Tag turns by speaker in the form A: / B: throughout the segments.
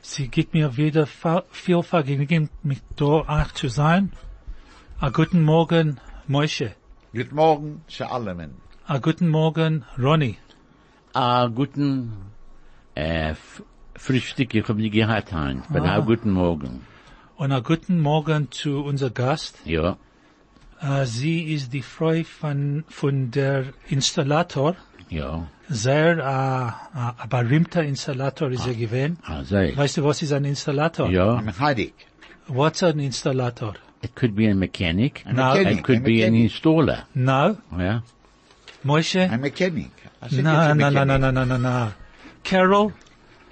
A: Sie gibt mir wieder fa- viel Vergnügen, mit euch zu sein. A guten Morgen, Moshe.
B: Guten Morgen, Shalamen.
A: A guten Morgen, Ronny.
C: a guten äh, F- Frühstück, ich habe nicht gehabt, Heinz, aber ah. guten Morgen.
A: Und a guten Morgen zu unser Gast.
C: Ja,
A: Äh, Sie ist die Frau von, von der Installator.
C: ja,
A: Sehr, äh, äh, ein berühmter Installator ist er gewesen.
C: also, it
A: Weißt du, was ist ein Installator?
C: ja,
B: Am Heidig.
A: What's an Installator?
C: it could be a mechanic,
A: No.
C: it could be an installer,
A: No,
C: ja,
A: Moshe?
B: A mechanic. I said it's
A: No,
B: a
A: no, no, no,
B: mechanic.
A: no, no, no, no. Carol,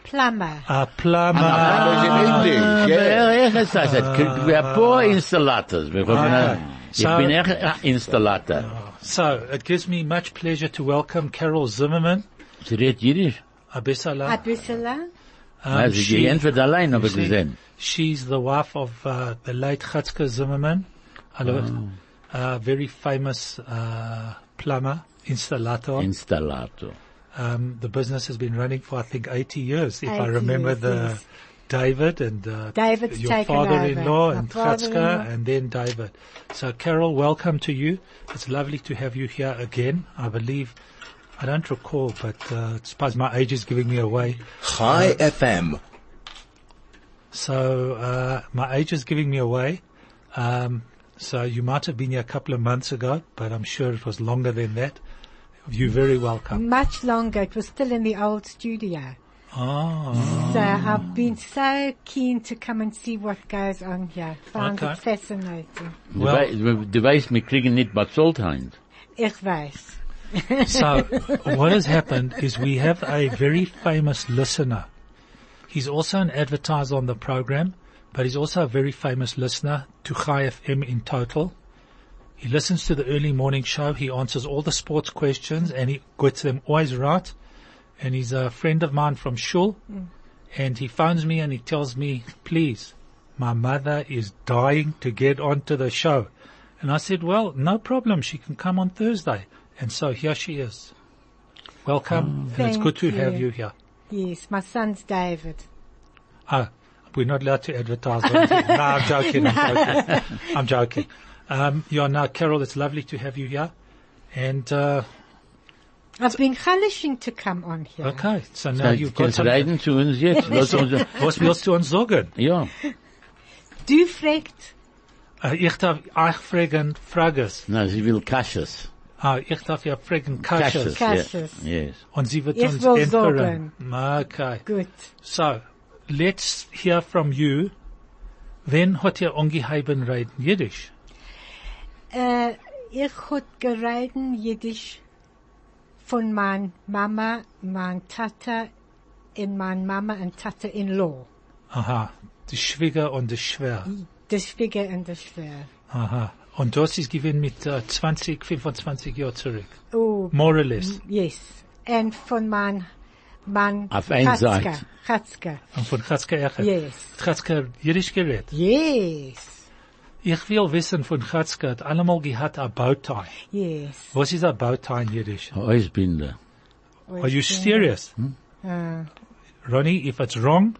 D: plumber,
A: a
B: Ah,
A: plumber.
B: no, it's in English, yeah.
C: Well, yes, I said, could be a poor installator.
A: Okay.
C: Ich
A: So-
C: bin echt ein Installator.
A: So, it gives me much pleasure to welcome Carol Zimmerman,
C: Sie redet Jiddisch?
D: a
A: Abisala.
D: bristler,
C: Also, sie gelernt wird allein, aber
A: she-
C: gesehen.
A: she's the wife of uh, the late Chatzke Zimmerman, hello, uh, very famous uh, plumber, installator.
C: Installator.
A: um, the business has been running for, I think, 80 years, if I
D: 80
A: remember
D: years,
A: the
D: yes.
A: David and uh,
D: David's
A: your
D: taken
A: father-in-law
D: over.
A: and
D: My father-in-law.
A: Chatzka and then David. So, Carol, welcome to you. It's lovely to have you here again. I believe, I don't recall, but uh, I suppose my age is giving me away.
E: High FM.
A: So uh, my age is giving me away. Um, so you might have been here a couple of months ago, but I'm sure it was longer than that. You're very welcome.
D: much longer. It was still in the old studio.
A: Oh,
D: So I've been so keen to come and see what goes on here. Found
A: Okay.
D: it fascinating.
C: Du
A: Well-
C: wei- Du weißt, wir kriegen nicht bezahlt, Heinz.
D: Ich weiß.
A: so what has happened is we have a very famous listener. He's also an advertiser on the program, but he's also a very famous listener to Chai FM in total. He listens to the early morning show. He answers all the sports questions and he gets them always right. And he's a friend of mine from Shul. And he phones me and he tells me, please, my mother is dying to get onto the show. And I said, well, no problem. She can come on Thursday. And so here she is. Welcome. and it's
D: Thank
A: good to
D: you.
A: have you here.
D: Yes, my son's David.
A: Oh, we're not allowed to advertise. on it. no, I'm joking. I'm joking. I'm joking. Um, you're now, Carol, it's lovely to have you here. And, uh,
D: I've been relishing to come on here.
A: okay, so now
C: Du
A: you've got
C: kannst
A: something.
C: reden zu uns jetzt. Lass uns,
A: Was willst du uns sagen?
C: ja.
D: Du fragt,
A: Uh, ich darf euch fragen Frages.
C: Na, sie will Kasches.
A: Ah, ich darf ja fragen Kasches.
C: Kasches.
D: Kasches.
C: yeah. Yes.
A: Und sie wird
D: Ich
A: uns
D: will
A: entfernen. Okay.
D: good.
A: So, let's hear from you. Wen hat ihr ungeheben reden? Jiddisch.
D: Äh, ich hab gereden Jiddisch von mein Mama, mein Tata und mein Mama und Tata in Law.
A: Aha. Die Schwieger und die Schwer.
D: Das Schwieger und das Schwer.
A: Aha. Und das ist gewesen mit äh, 20, 25 Jahren zurück.
D: Oh,
A: More or less.
D: yes. Und von mein, mein
C: Auf ein
D: Chatzka.
C: Seid.
D: Chatzka.
A: Und von Chatzka Echer.
D: Mhm. Yes.
A: Chatzka Jiddisch gerät.
D: Yes.
A: Ich will wissen von Chatzka, hat allemal gehad a Bautein.
D: Yes.
A: Was ist a Bautein Jiddisch?
C: Eisbinder.
A: Are you serious?
C: Hm?
D: Uh,
A: Ronnie, if it's wrong,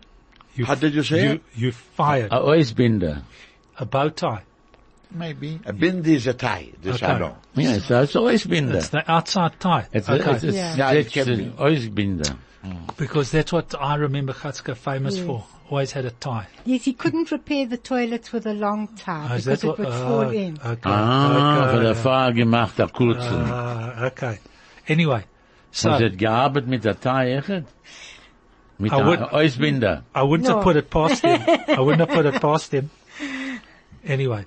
A: you,
B: How did you say
A: you,
B: it?
A: you fired.
C: A Eisbinder.
A: A Bautein.
B: Maybe. A bindi is a tie, this
A: Okay.
B: I know.
C: Ja, es heißt Eisbinder.
A: It's the outside tie.
C: It's
A: okay.
C: it's it's
D: Yeah.
B: Yeah, it
C: that's
B: can
C: a Eisbinder.
A: because that's what I remember Chatzka famous
D: Yes.
A: for. Always had a tie.
D: yes, he couldn't repair the toilets with a long towel
A: Ah, is
D: because
A: that
D: it
A: what-
D: would
A: ah,
D: fall in.
A: Okay.
C: Ah,
A: okay.
C: von der Fahrer gemacht, der Kurzel.
A: Ah, okay. Anyway, so
C: Und sie hat gearbeitet mit der Tei, echt? Mit
A: I would-
C: der Eisbinder.
A: I wouldn't have
D: No.
A: put it past him. I wouldn't have put it past him. Anyway,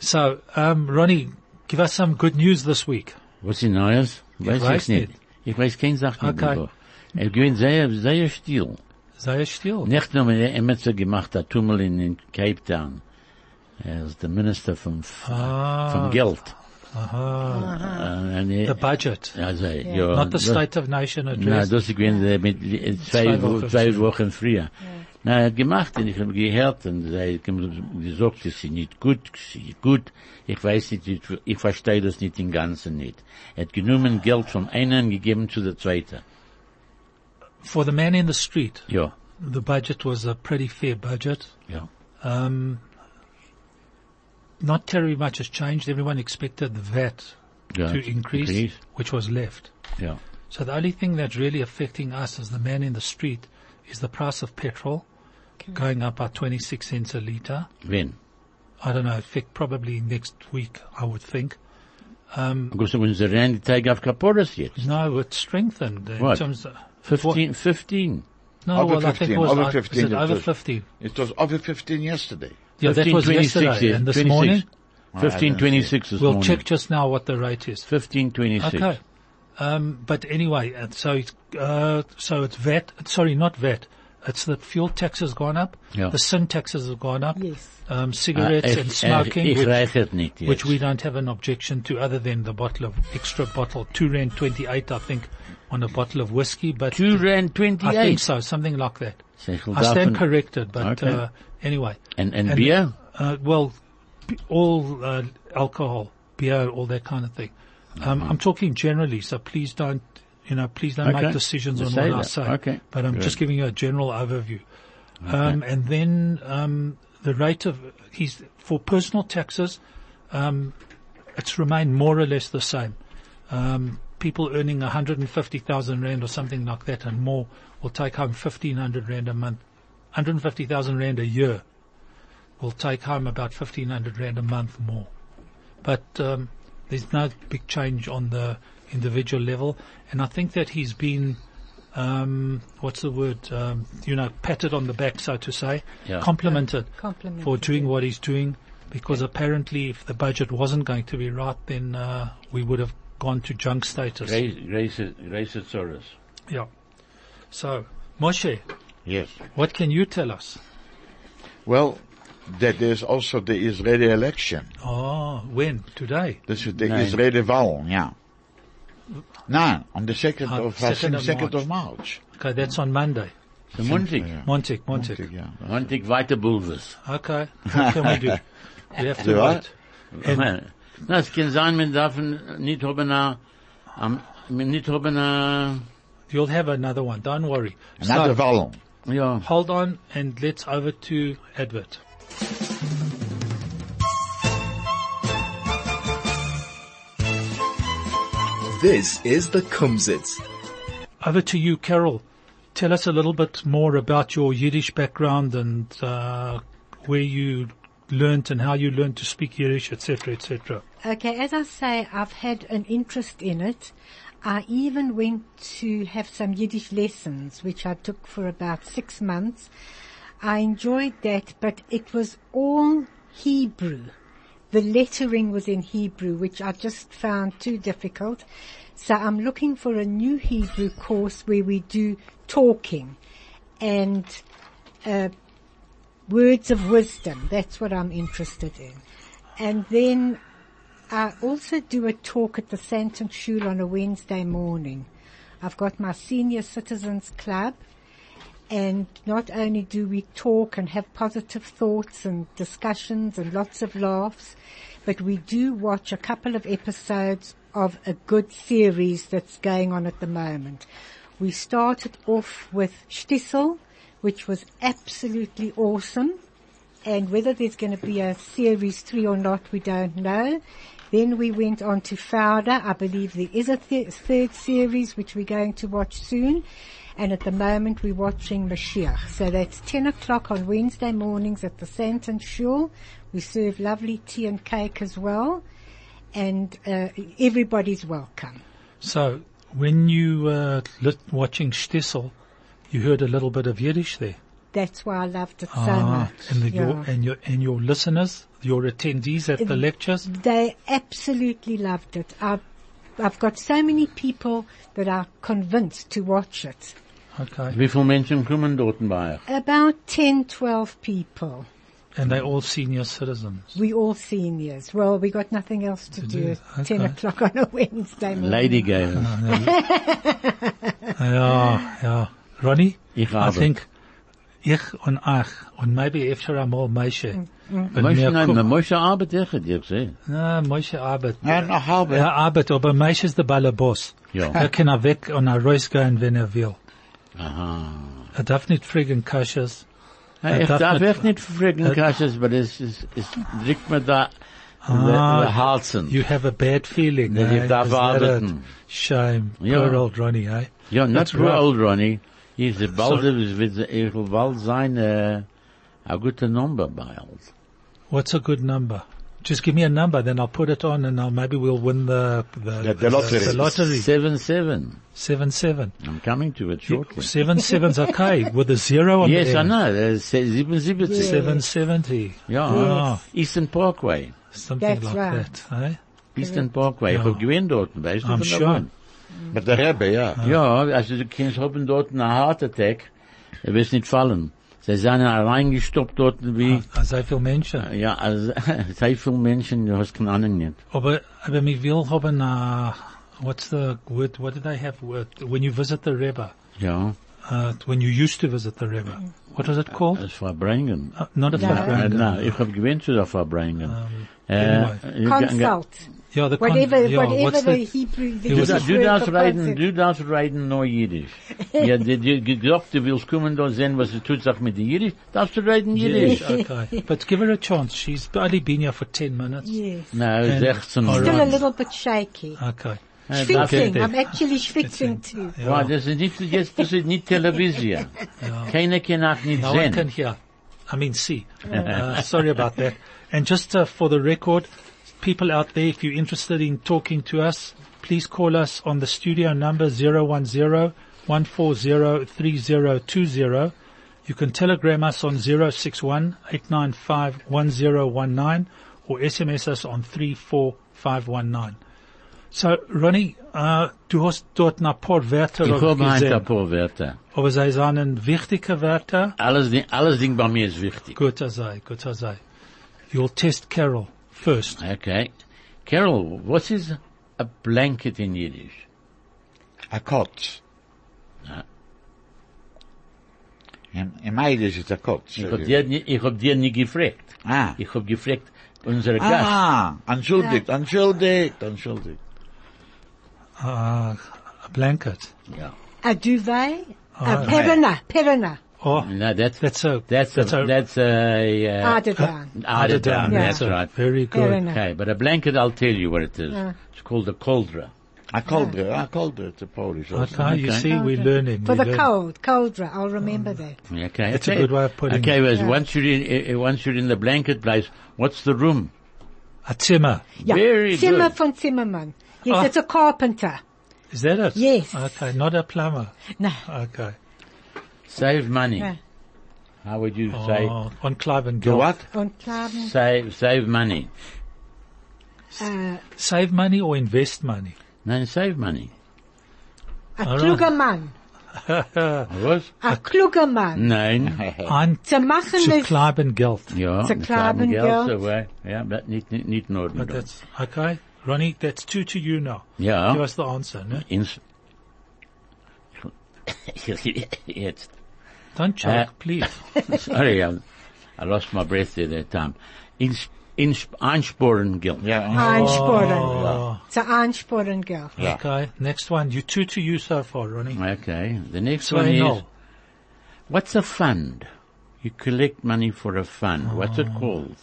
A: so um, Ronnie, give us some good news this week.
C: Was ist Neues? Weiß
A: weiß
C: ich nicht.
A: nicht.
C: Ich weiß keine Sache
A: Okay.
C: nicht. Okay. Er gewinnt sehr, sehr still.
A: Sei still.
C: Nicht nur, wenn er immer so gemacht hat, Tummel in, in Cape Town. Er ist der Minister vom, F-
A: Ah.
C: vom Geld.
A: Aha.
C: Äh, und er-
A: The budget.
C: Also, ja.
A: Not the
C: das-
A: state of nation
C: Na,
A: address.
C: das ich bin äh, mit äh, zwei,
A: Zwei
C: Wo-
A: Wochen
C: zwei
A: früher.
C: Wochen früher. Na, er hat gemacht und ich habe gehört und sie haben gesagt, es ist nicht gut, es ist nicht gut. Ich weiß nicht, ich- ich verstehe das nicht im Ganzen nicht. Er hat genommen Geld von einem gegeben zu der zweiten.
A: For the man in the street,
C: Ja,
A: the budget was a pretty fair budget.
C: ja.
A: Not terribly much has changed. Everyone expected the VAT
C: ja
A: to increase, which was left.
C: Ja.
A: So the only thing that's really affecting us as the man in the street is the price of petrol going up by 26 cents a litre.
C: Wen?
A: I don't know, effect probably next week, I would think.
C: Gusto, unser Rand, die Teig auf Kaporas jetzt.
A: No, it strengthened in
C: What?
A: terms of...
C: 15, 15.
A: No,
B: Over
A: well, I think
B: 15,
A: it was
B: over
A: uh, is
B: 15
A: it
B: it
A: over
B: was.
A: 15.
B: It was over 15 yesterday.
A: Yeah, that
C: 15,
A: was
C: 26,
A: yesterday.
C: yeah, Ah,
A: and this
C: 26.
A: morning,
C: 15, 26 this
A: we'll
C: morning.
A: check just now what the rate is.
C: 15, 26.
A: Okay. Um, but anyway, uh, so it's, uh, so it's VAT, sorry, not VAT. It's the fuel tax has gone up.
C: Yeah.
A: The sin taxes have gone up.
D: Yes.
A: Um,
C: Ah,
A: cigarettes
C: ich-
A: and
C: ich-
A: smoking,
C: Ich
A: which,
C: reiche es nicht jetzt.
A: which we don't have an objection to other than the bottle of, extra bottle, two rand 28, I think, on a bottle of whiskey, but.
C: Two Rand
A: I think
C: 28.
A: so, something like that.
C: So it will
A: I stand
C: definitely-
A: corrected, but,
C: Okay.
A: uh, anyway.
C: And, and beer?
A: Uh, well, b- all uh, alcohol, beer, all that kind of thing. Um,
C: Mm-hmm.
A: I'm talking generally, so please don't, you know, please don't
C: Okay.
A: make decisions
C: Just
A: on
C: say
A: what I
C: that.
A: say.
C: Okay.
A: But I'm just giving you a general overview. Um, and then um, the rate of he's for personal taxes, um, it's remained more or less the same. Um, people earning 150,000 rand or something like that and more will take home 1,500 rand a month, 150,000 rand a year will take home about 1500 rand a month more. But um, there's no big change on the individual level, and I think that he's been, um, what's the word, um, you know, patted on the back, so to say,
C: Yeah.
A: complimented,
D: Complimented,
A: for doing
D: yeah.
A: what he's doing, because apparently if the budget wasn't going to be right, then uh, we would have gone to junk status.
C: Reisesaurus.
A: Yeah. So, Moshe,
B: Yes.
A: what can you tell us?
B: Well, that is also the Israeli election.
A: Oh, when? Today?
B: This is the
C: Nein.
B: Israeli Wahl, yeah. No, on the 2nd
A: Ah,
B: of, I
A: 2nd
B: think,
A: of
B: 2nd of March.
A: Okay, that's on Monday.
C: The Montag.
A: Montic, Montic.
B: Yeah.
C: Montag weiter Bulves.
A: Okay. What can we do? We have to
B: Do I?
A: wait.
C: Na, es kann sein, man darf nicht haben a, am, man nicht haben a,
A: You'll have another one. Don't worry.
B: Another
A: So,
B: Wahl.
C: ja.
A: hold on and let's over to Edward.
E: This is the Kumsitz.
A: Over to you, Carol. Tell us a little bit more about your Yiddish background and uh, where you learnt and how you learnt to speak Yiddish, etc., etc.
D: Okay, as I say, I've had an interest in it. I even went to have some Yiddish lessons, which I took for about six months. I enjoyed that, but it was all Hebrew. The lettering was in Hebrew, which I just found too difficult. So I'm looking for a new Hebrew course where we do talking and uh, words of wisdom. That's what I'm interested in. And then I also do a talk at the Santon Schule on a Wednesday morning. I've got my senior citizens club and not only do we talk and have positive thoughts and discussions and lots of laughs, but we do watch a couple of episodes of a good series that's going on at the moment. We started off with Stissel, which was absolutely awesome and whether there's going to be a series three or not, we don't know. Then we went on to Fowder. I believe there is a th- third series which we're going to watch soon. And at the moment we're watching Mashiach. So that's 10 o'clock on Wednesday mornings at the Santon Shul. We serve lovely tea and cake as well. And uh, everybody's welcome.
A: So, when you uh, lit- watching Stissel, you heard a little bit of Yiddish there.
D: That's why I loved it so
A: Ah,
D: much.
A: and, the, your,
D: Yeah.
A: and your and your listeners, your attendees at the lectures,
D: They absolutely loved it. I've, I've got so many people that are convinced to watch it.
A: Okay.
C: Wie viele Menschen kommen dort bei euch?
D: About 10, 12 people.
A: And they all senior citizens.
D: We all seniors. Well, we got nothing else to do
A: do,
D: at 10
A: okay.
D: o'clock on a Wednesday morning.
C: Lady Gales.
A: Ja, ja. Ronnie?
C: Ich
A: I
C: habe.
A: think ich und ach und maybe efter einmal Moshe.
C: Moshe, nein, na, Moshe arbeitet echt, ich sehe.
A: Na, Moshe arbeitet.
B: Nein, noch halbe.
A: Er arbeitet, aber Moshe ist der Ballerboss.
C: Ja.
A: Er kann er weg und er rausgehen, wenn er will.
C: Aha.
A: Er darf nicht frigen Kasches.
C: Ja, Ich
A: darf
C: darf
A: nicht-
C: echt nicht fragen, Kasches, weil es, es, es drückt mir da
A: Ah,
C: der Halsen.
A: You have a bad feeling.
C: Nee,
A: eh?
C: ich darf
A: Is that
C: arbeiten.
A: it? Shame.
C: Ja.
A: Poor old Ronnie, eh?
C: Ja, not
A: That's
C: too
A: rough.
C: old, Ronnie. Ich will bald, ich will- ich will bald sein, äh, a gute Number bald.
A: What's a good number? Just give me a number, then I'll put it on, and I'll, maybe we'll win the the,
B: The- the lottery.
A: The lottery.
C: Seven, seven.
A: Seven seven.
C: I'm coming to it shortly.
A: Seven seven's okay with a zero on
C: Yes,
A: the
C: I
A: end.
C: know. Uh, se- 77.
A: Seven Ah. seventy.
C: Ja, eh, Eastern Parkway.
A: Something
D: That's
A: like
D: right.
A: that. Eh?
C: Eastern Parkway. Ich hab gewinnt dort, weißt du?
A: I'm
C: von der
A: sure.
C: Bahn.
B: Mit der Rebbe, ja.
C: Ja, also du kannst haben dort einen Heart Attack. Du wirst nicht fallen. Sie sind allein gestoppt er dort wie,
A: Ah, so viel Menschen.
C: ja, also, sehr viele Menschen, du hast keine Ahnung nicht.
A: Aber, aber mir will haben, uh, what's the word, what did I have with, when you visit the Rebbe,
C: Ja,
A: uh, when you used to visit the Rebbe, what was
C: Uh,
A: it called?
C: das Verbringen.
A: Uh, not a
D: No.
C: Äh,
A: Fabrengen.
C: na, ich hab gewinnt zu der Äh, Verbringen.
A: anyway.
C: you can-
D: Consult.
A: Yeah, the con-
D: Whatever,
A: yeah,
D: whatever
A: what's
D: the,
A: the,
D: Hebrew, the
A: It
C: Du,
A: was
D: Hebrew
A: a-
C: da- du darfst
D: for
C: reden,
D: concept.
C: du darfst reden nur Jiddisch. ja, du, du gesagt, du willst kommen da sehen, was du tut, sag mit dir Jiddisch, darfst du reden Jiddisch.
A: Yes, okay. But give her a chance. She's only been here for 10 minutes.
D: Yes.
C: Na, 16
A: All
D: Still
C: Uhr.
D: a little bit shaky.
A: Okay.
C: Äh, darf-
D: Schwitzing.
A: okay.
D: I'm actually schwitzing too.
C: Ja, das ist nicht, jetzt, das ist nicht Television. Keiner kann auch nicht
A: No one can
C: sehen.
A: hear. I mean, see. Uh, sorry about that. And just uh, for the record, people out there, if you're interested in talking to us, please call us on the studio number 010-140-3020. You can telegram us on 061-895-1019 or SMS us on 34519. So, Ronnie, uh, du hast dort ein paar Wörter
C: Ich habe ein
A: gesehen.
C: paar Wörter.
A: Aber sie sind wichtige Wörter.
C: Alles, Ding- alles Ding bei mir ist wichtig.
A: Good as I, good as I. You'll test Carol first.
C: Okay. Carol, what is a blanket in Yiddish?
B: A cot. Ah. In, in Yiddish is a cot.
C: Ich hab dir, nie- ich hab dir nie gefragt.
B: Ah.
C: Ich hab gefragt, unsere Gast.
B: Ah, entschuldigt, entschuldigt, entschuldigt.
A: Uh, a blanket.
C: Ja.
D: A duvet. A perana. Perana.
A: Oh,
C: Na, that's,
A: that's a,
C: that's, a, that's a, uh,
D: Ardadan.
C: Ardadan,
A: Yeah.
C: that's right.
A: Very
D: Fair
A: good.
D: enough.
C: Okay, but a blanket, I'll tell you what it is. It's called a cauldron.
B: A cauldron, a cauldron, it's a Polish also.
A: Okay, you
C: Okay.
A: see, we're learning.
D: For
A: we're
D: the
A: learning.
D: cold. Coldra. I'll remember that.
C: Okay.
A: That's a
C: okay.
A: good way of putting
C: Okay,
A: it.
C: well, once you're in, uh, once you're in the blanket place, what's the room?
A: A timmer.
D: Yeah.
C: Very
D: Zimmer
C: good.
D: von Zimmermann. Yes,
A: Ah.
D: it's a carpenter.
A: Is that it?
D: Yes.
A: Okay, not a plumber.
D: No.
A: Okay.
C: Save money.
D: Yeah.
C: How would you
A: Oh, on Clive and
B: You
A: Gil.
B: what?
D: Und Klaven.
C: say save save money?
D: Uh,
A: Save money or invest money?
C: No, save money.
D: a
C: Ah.
A: right.
D: kluger Mann.
C: Was?
D: A kluger Mann.
C: Nein.
A: On
D: Zu machen
A: to
D: ist
A: Clive and Geld.
C: Ja,
D: Ze
C: we
D: klagen
C: hebben geld
D: geld.
C: away. Ja, but niet, niet, niet nodig.
A: But that's, okay. Ronnie, that's two to you now.
C: Ja.
A: Give us the answer, no?
C: Ins- Jetzt.
A: Don't choke,
C: Uh,
A: please.
C: Sorry, I, I lost my breath there that time. Ins, ins, einsporen geld.
A: uh-huh.
B: Yeah,
D: Einsporen. Zu Einsporen Geld.
B: yeah.
A: Okay. Next one. You two to you so far, Ronnie.
C: Okay. The next
A: So
C: one
A: I
C: is,
A: know.
C: what's a fund? You collect money for a fund. What's
A: Oh.
C: it called?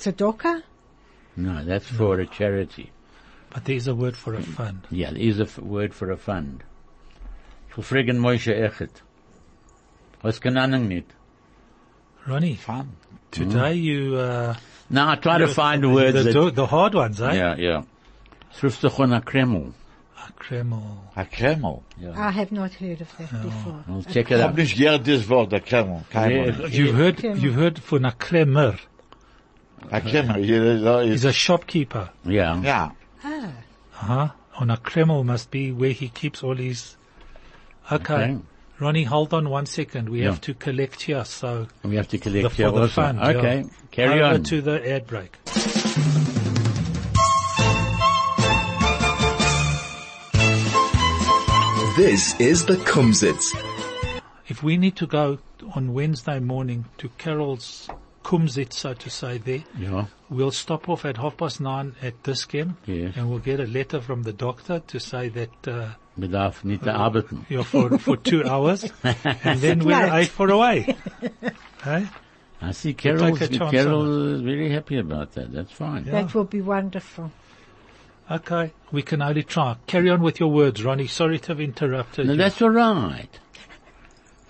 D: Zu Doka?
C: No, that's for a charity.
A: But there is a word for a fund.
C: Yeah, there is a f- word for a fund. Ich will fragen Moshe Echet. Was kann Ahnung nicht?
A: Ronnie,
B: Fun.
A: today you, uh,
C: No, I try Mm. to find the words
A: the,
C: that...
A: do- the hard ones, eh?
C: Yeah, yeah. Es ruft sich an a Kreml.
A: Kreml.
B: A Kreml.
D: I have not heard of that before.
C: Well, check it
B: Ich hab
C: out.
B: nicht gehört das Wort, a Kreml. Kein Wort.
A: You've heard,
D: Kreml.
A: you've heard for a Kremer.
B: A Kreml, you know,
A: He's
B: it's-
A: a shopkeeper. Uh-huh.
C: Yeah.
B: ja.
D: Ah,
A: Uh huh. On a Kreml must be where he keeps all his Okay.
C: Okay.
A: Ronnie, hold on one second. We
C: Yeah.
A: have to collect here, so
C: We have
A: the,
C: to collect
A: for
C: here
A: the
C: also.
A: fund. yeah.
C: okay, carry
A: Over
C: on.
A: to the ad break.
E: This is the Kumsitz.
A: If we need to go on Wednesday morning to Carol's Kumzit, so to say, there,
C: yeah.
A: We'll stop off at half past nine at this game,
C: Yes.
A: and we'll get a letter from the doctor to say that uh,
C: Bedarf nicht zu arbeiten.
A: you're for for two hours, and then we're
D: Right.
A: eight for away. hey?
C: I see Carol's,
A: take a chance
C: Carol is very happy about that. That's fine.
D: That will be wonderful.
A: Okay, we can only try. Carry on with your words, Ronnie. Sorry to have interrupted
C: No,
A: you.
C: that's all right.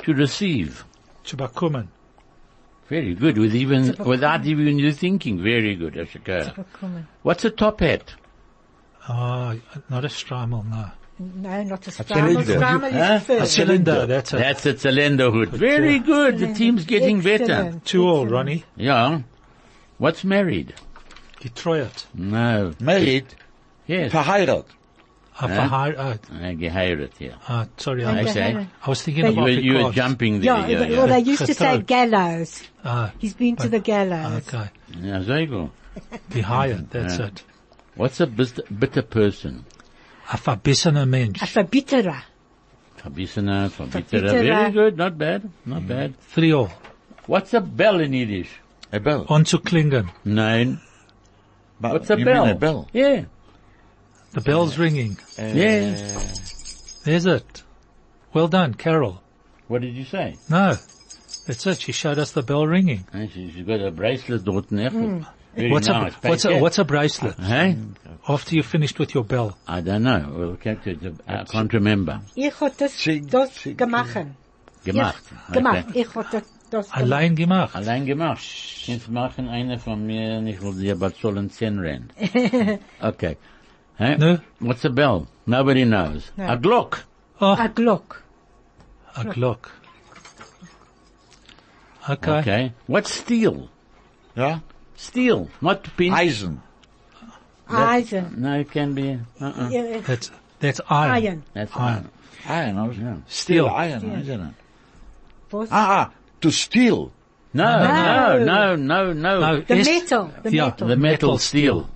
C: To receive.
A: Chubakuman.
C: Very good. With even,
D: Typical.
C: without even you thinking. Very good, Ashika.
D: Willkommen.
C: What's a top hat?
A: Ah, not a strimel, no.
D: No, not a
B: cylinder.
D: scramble. Scramble
C: Huh?
D: is first.
A: Cylinder, that's it.
C: That's a cylinder hood. Very good. The team's getting better.
D: Excellent.
A: Two all, Ronnie.
C: Yeah. What's married?
A: Detroit.
C: No.
B: Married,
C: Yes.
B: verheiratet.
A: Uh, Bahar- uh,
C: I gehired, yeah.
A: uh, sorry, I
C: I
D: And
A: was,
D: the-
C: say.
D: Gehired.
A: I was thinking
D: But-
C: You
A: about
C: were,
A: the
C: you were
A: cards.
C: jumping there.
D: Yeah,
C: eh? Yeah,
D: well,
C: yeah.
D: they used to say
A: Getroud.
D: gallows.
A: Ah,
D: He's been to the gallows.
C: ah,
A: okay.
C: Yeah, so you go.
A: Gehired, that's it.
C: What's a bist- bitter person?
A: A verbissener
D: A
A: mensch.
D: verbitterer.
C: Verbissener, verbitterer.
D: Verbitterer.
C: Very good. Not bad. Not bad.
A: Three all.
C: What's a bell in Yiddish?
B: A bell.
A: On zu klingen.
C: Nine.
B: But
C: What's a
B: you
C: bell?
B: Mean a bell.
C: Yeah.
A: The bell's ringing.
C: Yeah.
A: There's it. Well done, Carol.
C: What did you say?
A: No, that's it. She showed us the bell ringing.
C: Hey, she- She's got a bracelet dort in Apple. Very
A: What's
C: nice. Uh-huh.
A: a what's a
C: Pancake.
A: what's a bracelet?
C: Hey?
A: After you finished with your bell,
C: I don't know. We'll get to the, I can't remember.
D: Ich hab das,
B: Sing,
D: das
B: sing,
D: gemacht.
C: Gemacht.
D: Ich, gemacht. Ich hab das, das gemacht.
A: allein gemacht.
C: Allein gemacht. Jetzt machen eine von mir, und ich will dir aber zollen 10 Rand. Okay. Hey?
A: No.
C: What's a bell? Nobody knows. A Glock.
D: A Glock.
A: Ah, A Glock. Okay.
C: Okay. What's steel?
B: Yeah?
C: Steel. Not pin.
B: Eisen.
D: Eisen.
C: No, it can be. Uh-uh.
D: Äh,
A: That's that's iron.
D: Iron.
C: That's
A: Iron.
B: Iron, I was-
A: Steel.
B: Steel iron, isn't it?
D: Was?
B: Ah, ah, to steal.
C: No, no, no, no, no.
A: No,
D: The
A: es-
D: metal. The
A: Yeah,
D: metal.
C: The metal
A: Metal
C: steel.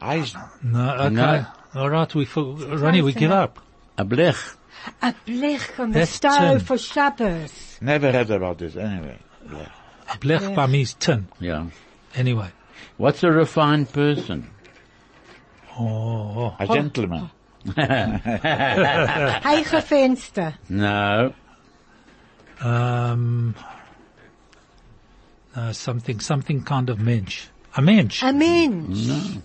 B: Eisen.
A: No. Okay.
C: No.
A: All right. We for, Ronnie, we give up.
C: A blech.
D: A blech on the
A: That's
D: stove
A: tin.
D: for Shabbos.
B: Never heard about this anyway. Yeah.
A: A blech by me is tin.
C: Yeah.
A: Anyway.
C: What's a refined person?
A: Oh.
B: A gentleman.
D: Heiche Fenster.
C: No.
A: Um. No, uh, something something kind of mensch. A mensch.
D: A
C: Nou,
D: Mensch.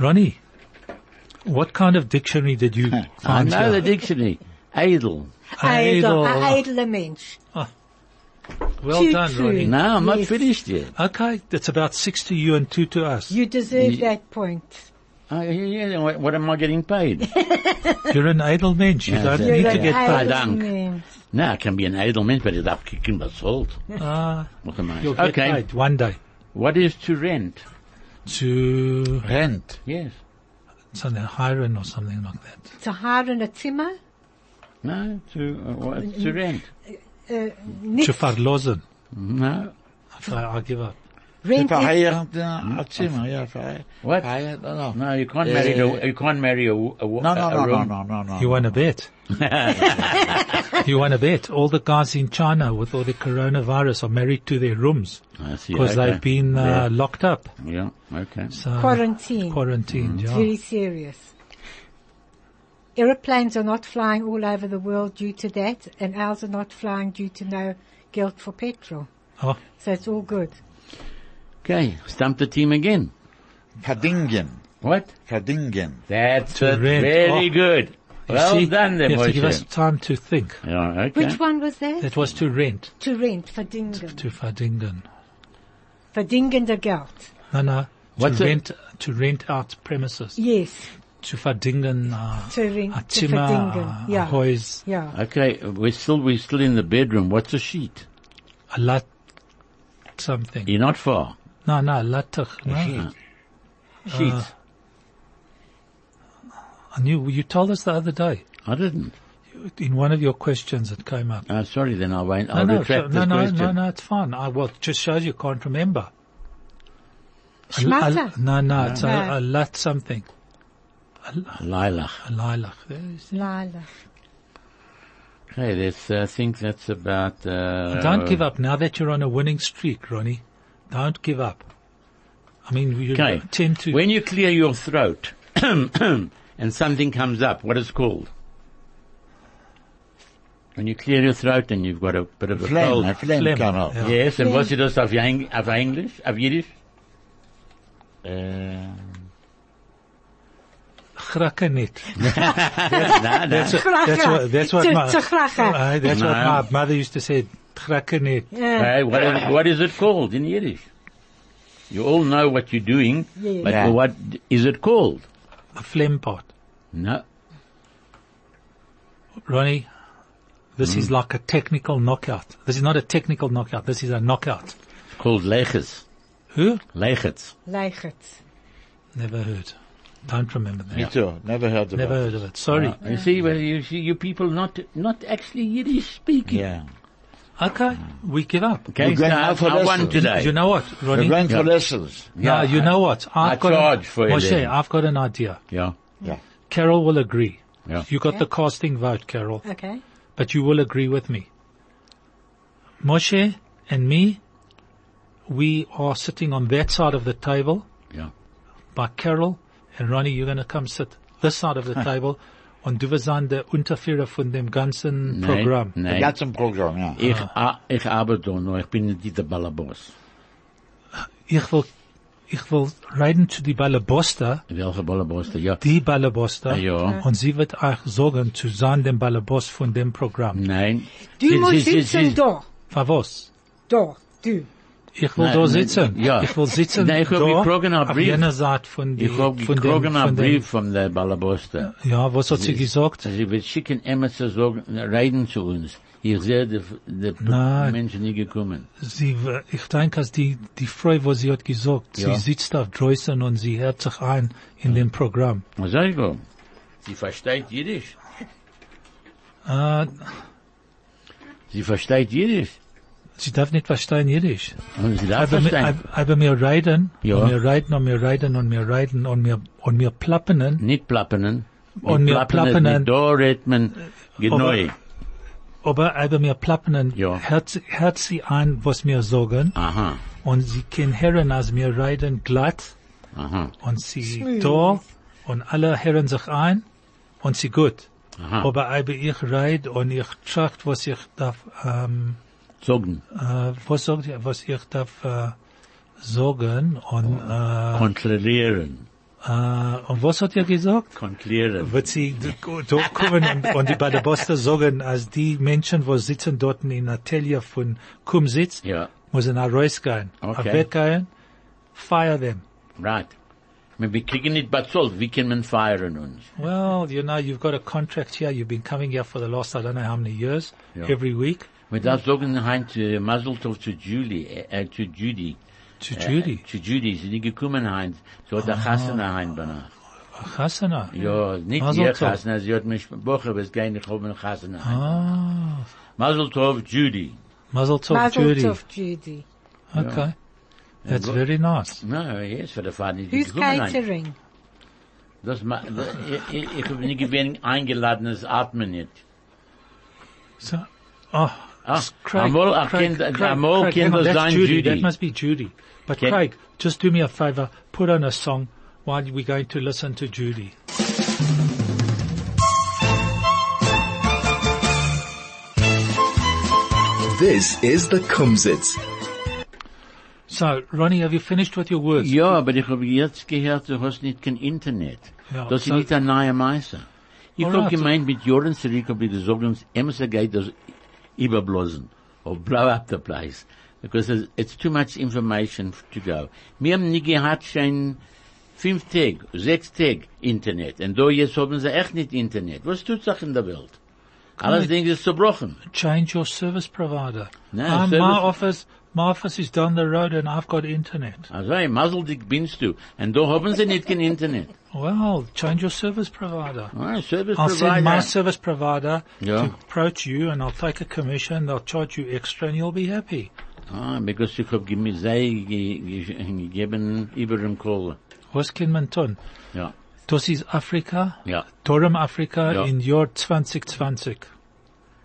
A: Ronnie, what kind of dictionary did you
C: I
A: find
C: know the
A: here?
C: dictionary. Edel.
D: Idle. A
A: Idle.
D: idler Mensch.
A: Well
D: Choo
A: done,
D: choo.
A: Ronnie.
C: No, I'm not
D: Yes.
C: finished yet.
A: Okay, that's about six to you and two to us.
D: You deserve
C: Yeah.
D: that point.
C: Uh, yeah, yeah, what, what am I getting paid?
A: You're an idle mensch. You
C: Yeah,
A: don't
C: yeah,
A: need
C: yeah.
A: to get
C: Yeah.
A: paid.
D: idle
C: Dank.
D: Mensch.
C: no, I can be an idle man, but it's up kicking the salt.
A: Ah,
C: What am I?
A: you'll get
C: Okay.
A: paid one day.
C: What is to rent?
A: To
B: Rent.
C: Yes.
A: something, hiring or something like that.
D: Zu haaren ein Zimmer.
C: No, to, uh, what, to rent.
D: Äh,
A: To
D: nichts.
A: verlosen.
C: No.
A: Okay, I'll give up.
D: Rent is
B: Verheiratet, ja, a Zimmer, ja, verheiratet.
C: What?
B: Verheiratet, no, no.
C: No, you can't marry the, you can't marry a, wo- a, wo-
B: No,
C: a,
B: no,
C: a
B: no, no,
C: room.
B: no, no, no.
A: You
C: Oh.
A: want to bet? you want to bet? All the guys in China with all the coronavirus are married to their rooms
C: I see.
A: because
C: okay.
A: they've been uh, locked up.
C: Yeah. yeah, okay.
A: So
D: Quarantine.
C: Mm-hmm.
A: Quarantined, yeah.
D: Very serious. Aeroplanes are not flying all over the world due to that, and ours are not flying due to no guilt for petrol.
A: Oh,
D: So it's all good.
C: Okay, stump the team again.
B: Verdingen.
C: What?
B: Verdingen.
C: That's
A: To
C: it.
A: rent.
C: Very
A: Oh.
C: good.
A: you
C: Well
A: see,
C: done there,
A: you have to give us
C: Moshe.
A: time to think.
C: Yeah, okay.
D: Which one was that?
A: That was to rent
D: to rent, verdingen.
A: to Fadingen.
D: Verdingen the geld.
A: No, no.
C: What's
A: to
C: a-
A: rent to rent out premises
D: Yes,
A: to Fadingen, uh,
D: to rent,
A: a
D: to
A: Zimmer,
D: verdingen.
A: uh, a
D: Yeah,
A: Haus,
D: yeah.
C: Okay, we're still, we're still in the bedroom. What's a sheet?
A: a lot, something.
C: You're not far.
A: No,
C: Uh,
A: no, Lattich, no.
C: Sheet.
A: And you, you told us the other day
C: I didn't.
A: in one of your questions that came up.
C: Uh, sorry, then I won't.
A: No,
C: I'll
A: no, so-
C: retract
A: no,
C: this
A: no,
C: question.
A: no, no, it's fine. I, well, it just shows you can't remember. A- a-
D: Schmatter.
A: No, no, it's a,
D: No.
A: a lat something.
C: Lilac.
A: A lilac. There's-
D: Lila.
C: Okay, that's, uh, I think that's about, uh,
A: Don't give up now that you're on a winning streak, Ronnie. Don't give up. I mean, you
C: Okay.
A: tend to.
C: When you clear your throat and something comes up, what is it called? When you clear your throat and you've got a bit of a
B: Phlegm,
C: cold.
B: a phlegm
A: Phlegm,
B: come up.
A: yeah.
C: Yes, and what's it does of Yang, of English, of Yiddish? Uh,
A: Krakenet.
C: no, no.
A: Ah, That's what, that's what
D: To-
A: my,
D: to kraken.
A: Uh, that's what
C: No.
A: my mother used to say. Krakenet.
D: Yeah.
C: Hey, what, is, what is it called in Yiddish? You all know what you're doing,
D: Yeah.
C: but
B: Yeah.
C: what is it called?
A: A phlegm part.
C: No.
A: Ronnie, this
C: Mm-hmm.
A: is like a technical knockout. This is not a technical knockout. This is a knockout.
C: It's called leches.
A: Who?
C: Leches.
D: Leichert.
A: Never heard. Don't remember that.
B: Me too. Never heard
A: Never
B: about
A: heard of it. Sorry.
C: You see, well, you see, you people not not actually Yiddish speaking.
B: Yeah.
A: Okay, we give up.
C: Okay,
B: We're
C: so
B: going
C: I,
B: out for
C: I won
B: lessons.
C: today.
A: You know what,
B: We're
A: Ronnie?
B: going for
C: Yeah.
B: lessons.
A: no,
C: Yeah,
A: you
C: I-
A: know what? I've
C: I
A: got
C: charge for it
A: Moshe,
C: then.
A: I've got an idea.
C: Yeah.
B: Yeah.
A: Carol will agree.
C: Yeah.
A: You got
D: Okay.
A: the casting vote, Carol,
D: Okay.
A: but you will agree with me. Moshe and me, we are sitting on that side of the table
C: Yeah.
A: by Carol and Ronnie. You're going to come sit this side of the table. Und du wirst sein der Unterführer von dem ganzen
C: Nein,
A: Programm.
C: nein.
B: That's a program, yeah.
C: Ich, a- ich arbeite nur, ich bin nicht der Ballerboss.
A: Ich will, ich will reden zu die Ballerboster,
C: Welcher Ballerboss? Ja.
A: die Ballerboster.
C: Ja.
A: Und sie wird euch sorgen zu sein dem Ballerboss von dem Programm.
C: Nein.
D: Du
C: Sie-
D: musst
C: sie- sie-
D: sitzen
C: sie-
D: da.
A: Für was?
D: Da. Du.
A: Ich will
C: Nein,
A: da
C: nein,
A: sitzen.
C: ja.
A: Ich will sitzen
C: Nein, ich hab
A: da
C: gekrogen einen
A: auf
C: Brief.
A: jener Seite von die,
C: Ich habe
A: von dem,
C: gekriegt einen
A: von dem-
C: Brief von der Ballerboster.
A: Ja, was hat sie gesagt?
C: Sie wird schicken, immer zu sagen, reden zu uns. Ich sehe die, die
A: Nein.
C: Menschen nie gekommen.
A: Sie, w- ich denke, dass die, die Frau, was sie hat gesagt,
C: Ja.
A: sie sitzt auf Dreußen und sie hört sich ein in dem Programm.
C: Was soll ich sagen? Sie versteht Jiddisch.
A: Äh,
C: Sie versteht Jiddisch.
A: sie darf nicht verstehen Jiddisch.
C: Und sie darf
A: Aber, mi-
C: Ah, verstehen.
A: ab- aber mir reden,
C: Ja.
A: und mir reden, und mir reden, und mir reden, und mir, und mir plappenen,
C: Nicht plappenen.
A: Und wir plappenen.
C: Nicht da redet man genau.
A: aber, aber mir plappenen,
C: Ja.
A: hört, sie- hört sie ein, was mir sagen,
C: Aha,
A: und sie kann hören, als mir reden glatt,
C: aha,
A: und sie
D: Smooth.
A: da und alle hören sich ein und sie gut.
C: aha.
A: Aber aber ich reit und ich schacht, was ich darf, ähm,
C: Zogen.
A: äh, was sagt ihr, was ich darf, äh, sagen und,
C: Oh.
A: äh,
C: Kontrollieren.
A: äh, und was hat ihr gesagt?
C: Kontrollieren.
A: Wird sie d- dort kommen und, und die bei der Boster sagen, als die Menschen, wo sitzen dort in der Atelier von Kumsitz,
C: Ja,
A: müssen nach Reus gehen,
C: Okay.
A: auf Weg gehen, fire them.
C: right. Men wir kriegen nicht bezahlt, wie kann man feiern uns?
A: Well, you know, you've got a contract here. You've been coming here for the last, I don't know how many years,
C: Yeah.
A: every week
C: Wir darf sagen, Heinz, äh, Mazel Tov zu Julie, äh, äh, zu Judy.
A: to
C: Äh,
A: Judy.
C: äh, Zu Judy, sie ist nicht gekommen, Heinz. So hat
A: Ah.
C: der Hasana Heinz benannt.
A: Hasana.
C: Ja, nicht
A: Mazel
C: ihr
A: Tov.
C: Hasana, sie hat mich Woche, aber es geht nicht um den Hasana Heinz.
A: Ah,
C: Mazel Tov, Judy.
A: Mazel Tov,
D: Mazel
A: Judy.
D: Tov, Judy.
A: Okay. That's
C: Yeah.
A: very nice.
C: No, yes, für der Vater nicht
D: Who's
C: gekommen, Heinz.
D: catering?
C: Das ma, das- ich- ich, ich bin nicht gewesen eingeladenes Atmen nicht.
A: So, oh,
C: Ah,
A: it's Craig,
C: einmal
A: Craig,
C: erkennt-
A: Craig,
C: einmal
A: Craig,
C: kennt
A: hang on,
C: das
A: that's
C: sein
A: Judy.
C: Judy.
A: That must be Judy. But
C: Ken-
A: Craig, just do me a favor. Put on a song while we're going to listen to Judy.
E: This is the Kumsitz.
A: So, Ronnie, have you finished with your words?
C: Ja, aber ich habe jetzt gehört, du hast nicht kein Internet.
A: Ja,
C: das ist
A: so-
C: nicht ein neuer Meister. Ich habe
A: Alright.
C: gemeint, mit Joren zurück habe ich gesagt, uns immer geht das überblasen. Or blow up the place. Because it's- it's too much information to go. Wir haben nie gehabt schon fünf Tag, sechs Tag Internet. Und da jetzt haben sie echt nicht Internet. Was tut sich in der Welt? Alles Ding ist zerbrochen.
A: Change your service provider.
C: No,
A: I'm
C: service-
A: my office, My office is down the road and I've got internet.
C: Also, hey, Maseldick binst du. Und da haben sie nicht kein Internet.
A: Well, change your service provider.
C: Ah, Service
A: I'll send my
C: Provider.
A: service provider
C: Yeah.
A: to approach you and I'll take a commission, they'll charge you extra and you'll be happy.
C: Ah, because ich hab gemi- sei ge- ge- gegeben über dem Kohle.
A: Was kann man tun?
C: Ja,
A: Das ist Afrika,
C: ja,
A: Torum Afrika
C: Yeah.
A: in Jahr 2020.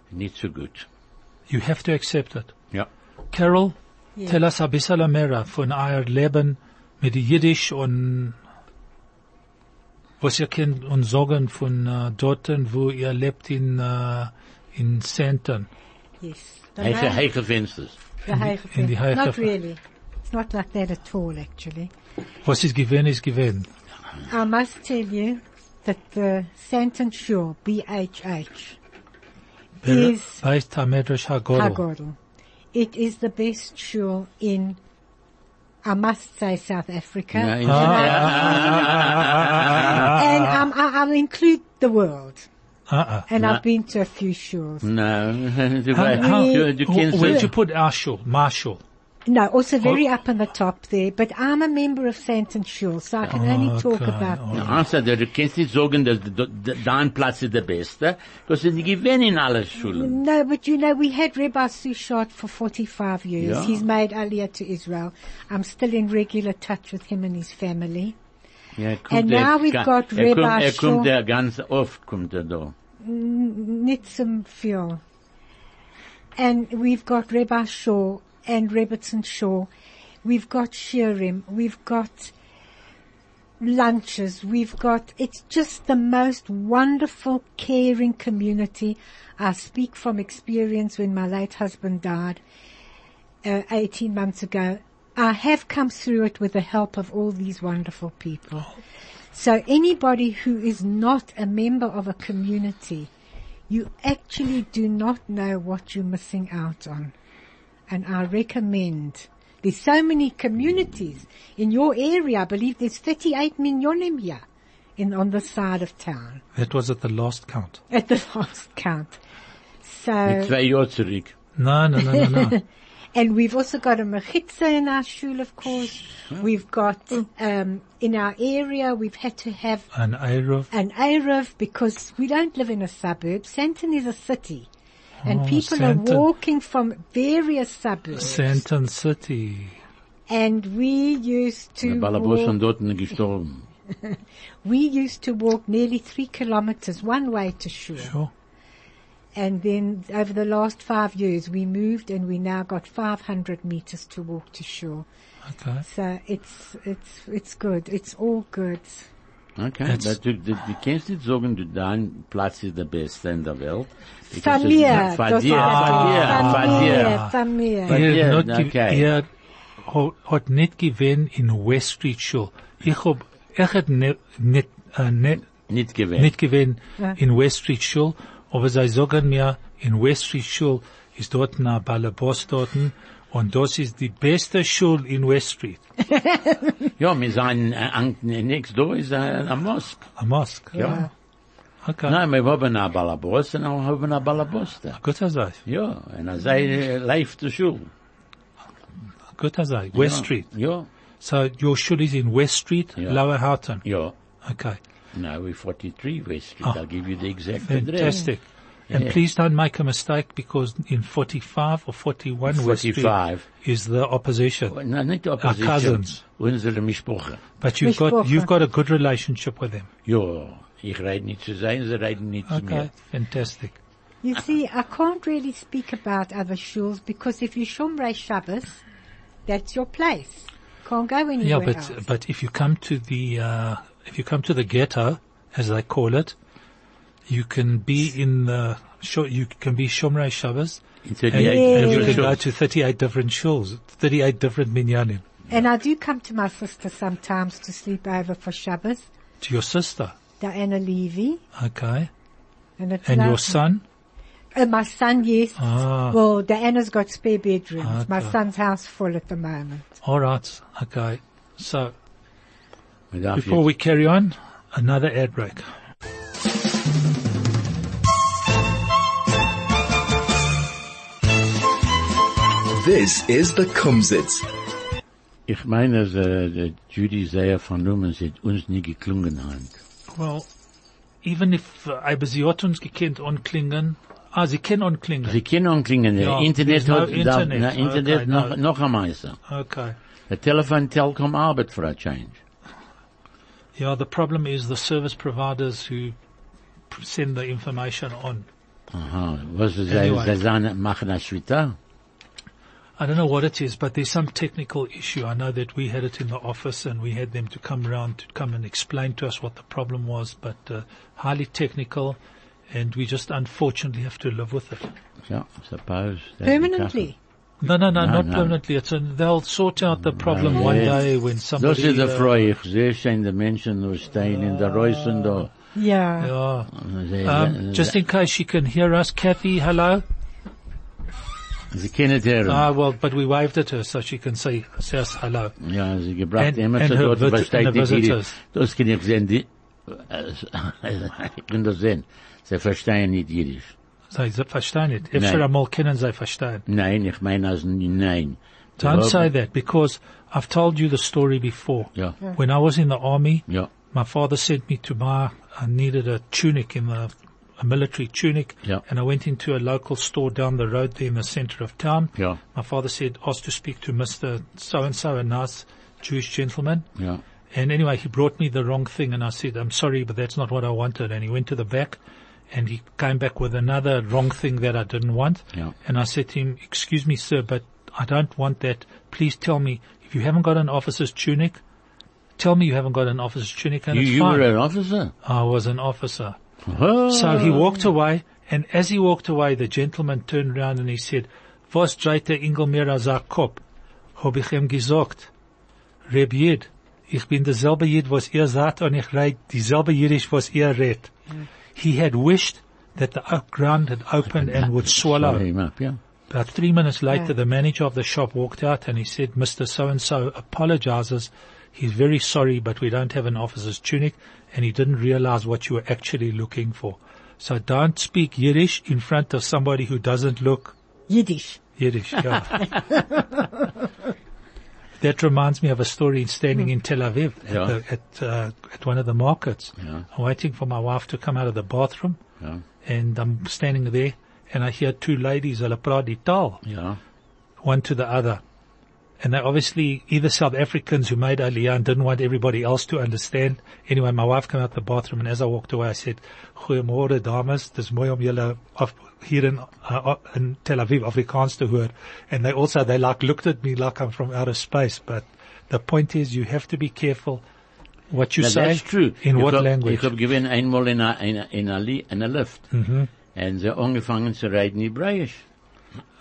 C: nicht so gut.
A: You have to accept it.
C: Ja.
A: Carol,
D: Yeah.
A: tell us a bissel mehr von euer Leben mit Jiddisch und was ihr kennt und sagen von äh, dorten, wo ihr lebt in, äh, in Senten.
D: Yes. The
C: Heiche,
D: name-
C: heiche Fensters.
D: the Heilige-
A: in the Heilige-
D: Not really. It's not like that at all, actually.
A: Was ist gewesen, ist gewesen.
D: I must tell you that the Santon Shore, BHH, is
A: Weißt du, Medrash Hagoro.
D: Hagordel. It is the best shul in, I must say, South Africa.
C: Ja, in-
D: and um, I, I'll include the world.
A: Uh-uh.
D: And I've been to a few shuls.
A: Mm.
C: No, du
A: How,
C: weißt,
A: how,
C: du, du kennst
A: where'd
C: es.
A: you put our shul, my shul?
D: No, also very up on the top there. But I'm a member of Santon Shul, so I can only talk
A: Oh, Okay, Oh,
D: about
A: all
D: them.
C: Also, du kannst nicht sagen, dass du- du- dein Platz ist der Beste. Du sind gewinn in alle Schulen.
D: No, but you know, we had Rabbi Sushard for 45 years.
C: Yeah.
D: He's made Aliyah to Israel. I'm still in regular touch with him and his family.
C: Ja, kommt
D: And
C: er-
D: now we've
C: ga-
D: got
C: er kommt-
D: Rabbi
C: Er
D: Shaw.
C: kommt der ganz oft, kommt er da.
D: Nitzum Fuel. And we've got Rabbi Shaw and Robertson Shaw. We've got Shirim. We've got lunches. We've got, it's just the most wonderful, caring community. I speak from experience when my late husband died uh, 18 months ago. I have come through it with the help of all these wonderful people. So anybody who is not a member of a community, you actually do not know what you're missing out on. And I recommend. There's so many communities in your area. I believe there's 38 minyonim here in, on the side of town
A: That was at the last count.
D: at the last count.
C: Mit
D: So,
C: zwei Jahren zurück.
A: No, no, no, no, no.
D: and we've also got a mechitza in our shul, of course. We've got,
A: Mm.
D: um, in our area, we've had to have
A: An Erev.
D: an Erev because we don't live in a suburb. Santon is a city. And
A: Oh,
D: people
A: Sandton.
D: are walking from various suburbs.
A: Sandton City.
D: and we used
C: Der
D: to
C: Balabos
D: walk,
C: und dort gestorben.
D: we used to walk nearly three kilometers one way to Shul.
A: Sure.
D: And then over the last five years we moved and we now got 500 meters to walk to Shul.
A: Okay.
D: So it's, it's, it's good. It's all good.
C: Okay,
A: That's-
C: das, du, du, du kannst nicht sagen, du, dein Platz ist der beste in der Welt.
D: Von mir,
C: Von
D: das
C: dir,
D: ist-
C: von dir, von
D: Von
C: dir.
D: mir, von mir.
C: But
A: Ihr
C: yeah,
A: not ge-
C: okay.
A: ihr ho- hat nicht gewinn in West Street Show. Ich hab, ich hat ne, nicht, äh, ne,
C: Nicht gewählt.
A: nicht gewinn
D: Ja.
A: in West Street Show, aber sie sagen mir, in West Street Show ist dort na Ballerboss dorten und das ist die beste Schule in West Street.
C: Ja, wir sind, äh, an- next door ist äh, eine Mosque.
A: A mosque.
D: Uh,
C: Ja.
A: Okay.
C: Nein, wir haben eine Balabos und wir haben eine Balabos da.
A: Gut als ich.
C: Ja, und er sei äh, live zur Schule.
A: Gut als ich. West Street.
C: Ja,
A: So your shul is in West Street,
C: Ja.
A: Lower Houghton.
C: ja. Nou,
A: Okay.
C: Now we're 43 West Street. I'll give you the exact address.
A: Ah. Fantastic. And please don't make a mistake because in 45 or 41 West Street
C: 45.
A: is the opposition.
C: Na, nicht opposition.
A: Ah, cousins.
C: Unsere Mischproche.
A: But you've got,
D: Mishpocha.
A: you've got a good relationship with them.
C: Ja, ich rede nicht zu sein, sie reden nicht zu
A: Okay.
C: mir.
A: Fantastic.
D: You see, I can't really speak about other shuls because if you Shomrei Shabbos, that's your place. Can't go anywhere
A: Yeah, but, uh,
D: else.
A: but if you come to the, uh, if you come to the ghetto, as they call it, you can be in the, sho- you can be Shomrei Shabbos.
C: In
A: And,
C: 38
A: and you
C: different
A: can go
C: shows.
A: to 38 different shuls, 38 different minyanim.
D: and I do come to my sister sometimes to sleep over for Shabbos,
A: To your sister.
D: Diana Levy,
A: Okay.
D: and it's
A: And your
D: lovely.
A: son?
D: Uh, my son, yes.
A: Ah.
D: Well, Diana's got spare bedrooms. My
A: Okay.
D: son's house full at the moment.
A: All right. Okay. So
C: Man darf
A: before
C: jetzt-
A: we carry on, another ad break.
E: This is the Kumsitz.
C: Ich meine, der, der eh, Judy Seyer von Numen sind uns nie geklungen haben.
A: Well, even if uh, I busy uns gekent onklingen, ah, sie kennen onklingen.
C: Sie kennen anklingen,
A: Ja,
C: der Internet
A: there's no
C: hat, da,
A: Internet.
C: na, Internet
A: Okay, nou-
C: noch,
A: no.
C: noch am meisten.
A: Okay.
C: Der Telefon Telkom arbeitet für ein Change.
A: Yeah, the problem is the service providers who p- send the information on.
C: Aha, was sie sagen,
A: Anyway.
C: sie sagen, machen eine Schwita?
A: I don't know what it is, but there's some technical issue. I know that we had it in the office and we had them to come round to come and explain to us what the problem was, but uh, highly technical and we just unfortunately have to live with it.
C: Ja, suppose. that-
D: Permanently.
A: No, no, no,
C: No,
A: not
C: no.
A: permanently. It's a, they'll sort out the problem one
C: yes.
A: day when
C: Das
A: somebody...
C: ist der
A: uh,
C: Freude. Ich sehe schon die Menschen, die stehen in der Reusen da.
D: Yeah.
A: yeah.
C: Sie-
A: Um, just in case she can hear us, Kathy, hello?
C: Sie kennen
A: Ah,
C: deren.
A: well, but we waved at her so she can say, say us hello.
C: Ja, sie gebracht
A: and-
C: immer
A: and
C: zu
A: her
C: dort,
A: vis-
C: aber steht
A: and her
C: nicht jeder.
A: visitors.
C: Das kann ich sehen, die, ich kann das sehen. Sie verstehen nicht Jiddisch.
A: Zij ze verstaan het.
C: Nee.
A: Efter eenmaal kennen zij verstaan.
C: Nein, ich meine also nein.
A: Don't
C: Ja,
A: say that because I've told you the story before.
C: Yeah. Yeah.
A: When I was in the army,
C: Ja,
A: my father sent me to buy, I needed a tunic in the, a military tunic.
C: Yeah.
A: And I went into a local store down the road there in the center of town.
C: Yeah.
A: My father said, asked to speak to Mr. So-and-so, a nice Jewish gentleman.
C: ja.
A: And anyway, he brought me the wrong thing and I said, I'm sorry, but that's not what I wanted. And he went to the back and he came back with another wrong thing that I didn't want.
C: Yeah.
A: And I said to him, excuse me, sir, but I don't want that. Please tell me if you haven't got an officer's tunic, tell me you haven't got an officer's tunic and
C: You,
A: it's
C: you
A: fine.
C: were an officer?
A: I was an officer.
C: Oh.
A: So he walked away and as he walked away, the gentleman turned around and he said, was dreite Ingelmira Zakop? Hab ich ihm gesagt. Reb Jid, ich bin derselbe Jid, was ihr sagt, und ich reit dieselbe Jiddisch, was ihr redt. He had wished that the o- ground had opened and would
C: Follow
A: swallow.
C: him up, yeah.
A: About three minutes later,
D: Yeah.
A: the manager of the shop walked out and he said, Mr. So-and-so apologizes. He's very sorry, but we don't have an officer's tunic and he didn't realize what you were actually looking for. So don't speak Yiddish in front of somebody who doesn't look
D: Yiddish.
A: Yiddish. Yeah. that reminds me of a story in standing in Tel Aviv at,
C: Yeah.
A: the, at, uh, at one of the markets. I'm waiting for my wife to come out of the bathroom
C: Yeah.
A: and I'm standing there and I hear two ladies, hulle praat die taal
C: Yeah.
A: one to the other. And they obviously, either South Africans who made Aliyah and didn't want everybody else to understand. Anyway, my wife came out the bathroom and as I walked away, I said, Goeiemorgen dames, dis mooi om julle af, hier in, uh, in Tel Aviv Afrikaans te hoor. And they also, they like looked at me like I'm from outer space. But the point is, you have to be careful what you
C: Now,
A: say
C: that's true.
A: in
C: Ich
A: what
C: hab-
A: language.
C: Ich habe gewinn einmal in a, in a, in a, li, in a lift.
A: Mm-hmm.
C: Und sie angefangen zu reden Hebräisch.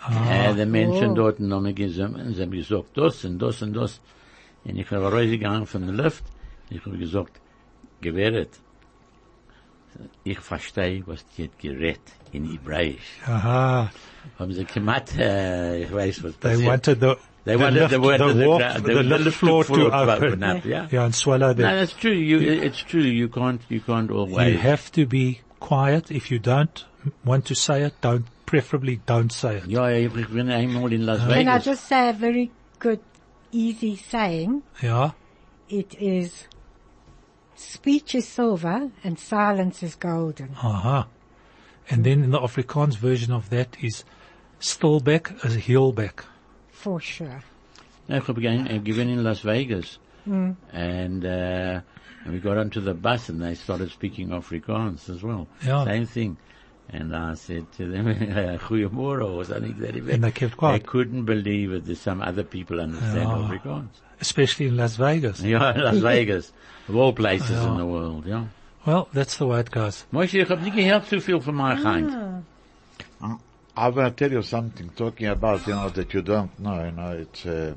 C: Ah. die Menschen
A: Oh.
C: dort haben mir gesagt, sie haben gesagt, das und das und das. Und ich habe rausgegangen von der Lift. Ich habe gesagt, gewähret. Ich verstehe, was die hat gerät in Hebräisch.
A: Aha.
C: Haben sie gemacht, äh, ich weiß, was
A: They
C: passiert.
A: wanted the,
C: They
A: the
C: wanted
A: lift,
C: the word-
A: the
C: the-
A: walk,
C: the-
A: the,
C: the
A: lift
C: lift
A: floor
C: floor
A: to
C: to
A: open.
C: open up, yeah.
A: yeah, and swallow that.
C: No, that's true. You, it's true. You can't, you can't always.
A: You have to be quiet. If you don't want to say it, don't, preferably don't say it.
C: Ja, ja, ich bin einmal in
A: Ah.
C: Las
D: Can I
C: Vegas.
D: just say a very good, easy saying?
A: Yeah.
D: It is, speech is silver and silence is golden.
A: Uh-huh. And then in the Afrikaans version of that is stilbek is heelbek.
D: For sure.
C: No, ich habe given in Las Vegas.
A: Hmm.
C: And, uh, we got onto the bus and they started speaking Afrikaans as well.
A: Yeah.
C: Same thing. And I said to them, Goeiemorgen or something that event.
A: And they kept quiet.
C: They couldn't believe it that some other people understand
A: Yeah.
C: Afrikaans.
A: Especially in Las Vegas.
C: Yeah, in Las Vegas. Of all places in the world, yeah.
A: Well, that's the way it goes.
C: Moshe, ich habe nicht gehört zu viel von meiner
A: Ah.
C: Kind.
B: I want to uh, tell you something talking about, you know, that you don't know, you know, it's, uh,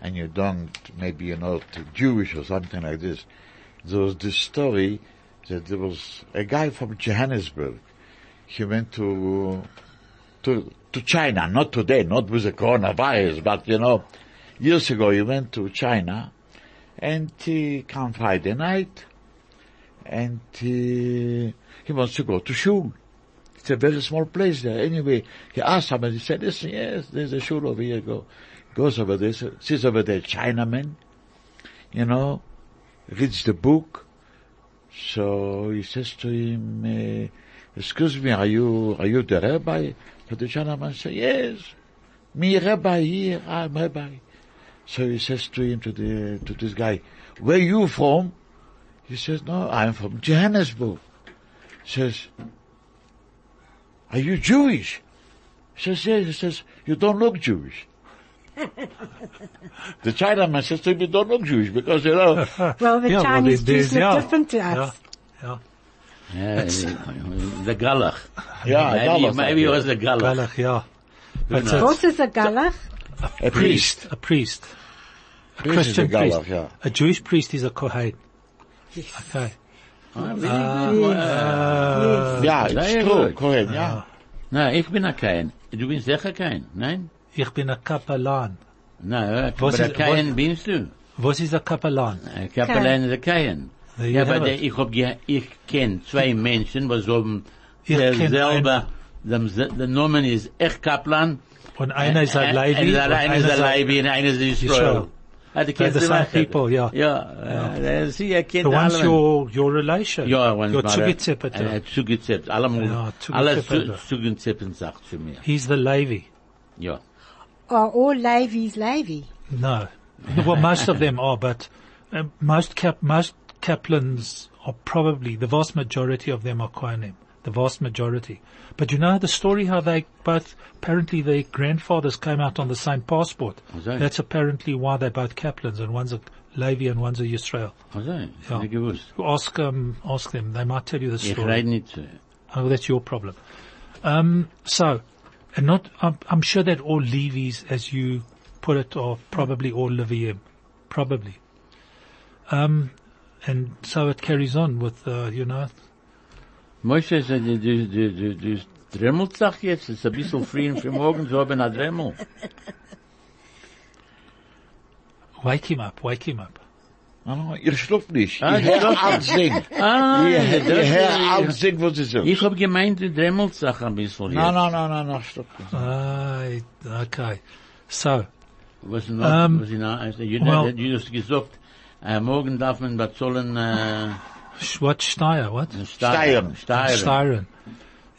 B: and you don't, maybe you're not Jewish or something like this. There was this story that there was a guy from Johannesburg. He went to, to, to China, not today, not with the coronavirus, but you know, years ago he went to China and he come Friday night and he, he wants to go to shul. it's a very small place there. Anyway, he asked somebody, he said, listen, yes, there's a shul over here, go. Goes over there, so- sees over there, Chinaman, you know, reads the book. So he says to him, eh, excuse me, are you, are you the rabbi? So the Chinaman says, yes, me rabbi here, I'm rabbi. So he says to him, to the, to this guy, where you from? He says, no, I'm from Johannesburg. Says, are you Jewish? Says, yes. He says, you don't look Jewish. the Chinaman says to him, you don't look Jewish because, you know,
D: Well, the
A: Yeah, well,
D: Chinese
A: they-
D: Jews
A: they-
D: look
A: yeah.
D: different to us.
A: Yeah,
C: Yeah, the Galach.
B: yeah,
C: maybe,
B: Dallas,
C: maybe it
B: yeah.
C: was the Galach.
A: yeah. Galach, yeah. But
C: knows?
A: it's
D: What is a galach?
B: a priest.
A: a priest, a
B: Priest is
A: Christian
B: a Galach,
A: priest.
B: yeah.
A: A Jewish priest is a Kohen. Okay.
C: Ah, very good.
A: Uh,
B: Yeah, Uh-huh.
C: Very
B: it's true.
C: good.
B: Kohen, yeah.
C: Na, ich bin a kein. Du bist sicher kein, nein?
A: ich bin a Kapellan.
C: Na, aber
A: Was
C: a
A: ist-
C: kein
A: was-
C: bist du.
A: Was ist a Kapellan?
C: Ein Kapellan ist ein Kein.
A: There
C: Ja,
A: you have
C: aber
A: it.
C: der, ich hab, ge- ich kenn zwei Menschen, was haben
A: Ich
C: der
A: kenn
C: selber, dem, se- der Name ist Echt Kaplan.
A: Und einer ist ein Leibi.
C: Einer ist
A: und
C: ein- einer ist
A: ist
C: ein
A: ein-
C: Leibi und einer ist ein Israel.
A: Israel.
C: Ah, die
A: They're the
C: kennst du
A: same
C: auch, Alter.
A: people, ja.
C: Ja, äh, sie erkennt
A: The one's
C: alle.
A: your, your relation.
C: Ja, wenn
A: your
C: es mal-
A: Zugezippete.
C: Äh, Zugezippt, allemal,
A: Ja,
C: alles zu,
A: Zugezippete.
C: zugezippten sagt für mich.
A: He's the Levi.
C: Ja.
D: Are all Levi's Levi?
A: No. Well, most of them are, but uh, most cap, most Kaplans are probably, the vast majority of them are Kohanim. The vast majority. But you know the story how they both, apparently their grandfathers came out on the same passport.
C: Okay.
A: That's apparently why they're both Kaplans and one's a Levi and one's a Yisrael.
C: Also, ich
A: Ja.
C: hab nicht gewusst.
A: Ask, um, ask them. They might tell you the
C: Ich
A: story.
C: rede nicht zu.
A: Oh, that's your problem. Um, so, and not, I'm, I'm sure that all Levies, as you put it, are probably all Levium. Probably. Um, and so it carries on with, uh, you know,
C: Moshe, so du, du, du, du, du dremmelst doch jetzt, es ist ein bisschen früh und früh morgens, so haben wir Dremmel.
A: wake him up, wake him up.
B: No, no, ihr schluckt nicht.
C: Ah,
B: Ihr hört
C: schluckt
B: auf singen.
C: Ah,
B: Ihr ihr
C: das-
B: hört auf singen, wo sie sind.
C: Ich hab gemeint, du dremmelst doch ein bisschen
B: No,
C: jetzt.
B: no, no, no, no, schluckt nicht.
A: Ah, okay. So,
C: Was noch,
A: Ähm,
C: was ich noch, also, you
A: well-
C: you just gesagt, äh, morgen darf man bezahlen, äh,
A: sh- what Steyer, what?
B: Steuern.
C: Steuern. Steuern.
A: Styron.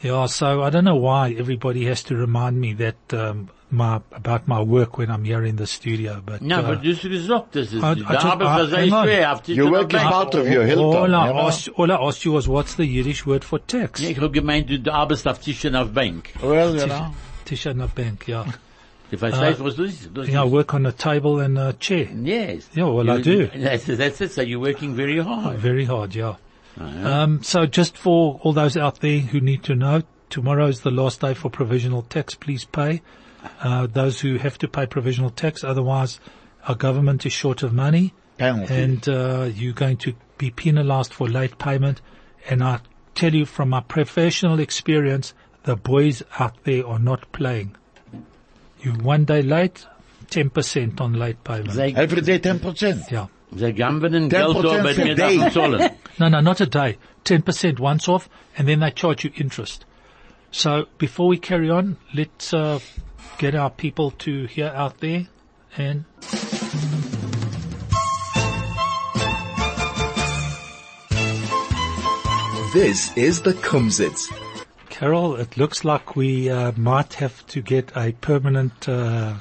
A: Yeah, so I don't know why everybody has to remind me that, um, my, about my work when I'm here in the studio, but,
C: Ja,
A: uh,
C: aber du hast gesagt, das ist,
A: I- I
C: die
A: just-
C: Arbeit war
A: I-
C: sehr
A: hang on.
C: schwer, auf die
B: You
C: zu
B: work is
C: arbeiten.
B: out of your Hilton.
A: all I
B: you know?
A: asked, all I asked you was what's the Yiddish word for tax?
C: Ich hab gemeint, du arbeitest auf Tisch und auf Bank.
B: Well, you know.
A: Tisha and a bank, yeah.
C: Du
A: Äh,
C: verstehst, was du ist? Du
A: You know, I
C: ist-
A: work on a table and a chair.
C: Yes.
A: Yeah, well, I do.
C: You- That's, that's it. So you're working very hard.
A: Very hard, yeah.
B: Oh,
A: Um, so just for all those out there who need to know, tomorrow is the last day for provisional tax. Please pay. Uh, those who have to pay provisional tax, otherwise our government is short of money.
B: Penalty.
A: And, uh, you're going to be penalized for late payment. And I tell you from my professional experience, the boys out there are not playing. You one day late, 10% on late payment.
C: They,
B: Every day 10%.
A: yeah.
C: they gammeln
B: Ten
C: Geld
B: Prozent
C: aber
B: per
C: mir
B: day.
C: davon zahlen.
A: No, no, not a day. 10% once off, and then they charge you interest. So before we carry on, let's uh, get our people to here out there and
E: This is the Kumsitz.
A: Carol, it looks like we uh, might have to get a permanent uh,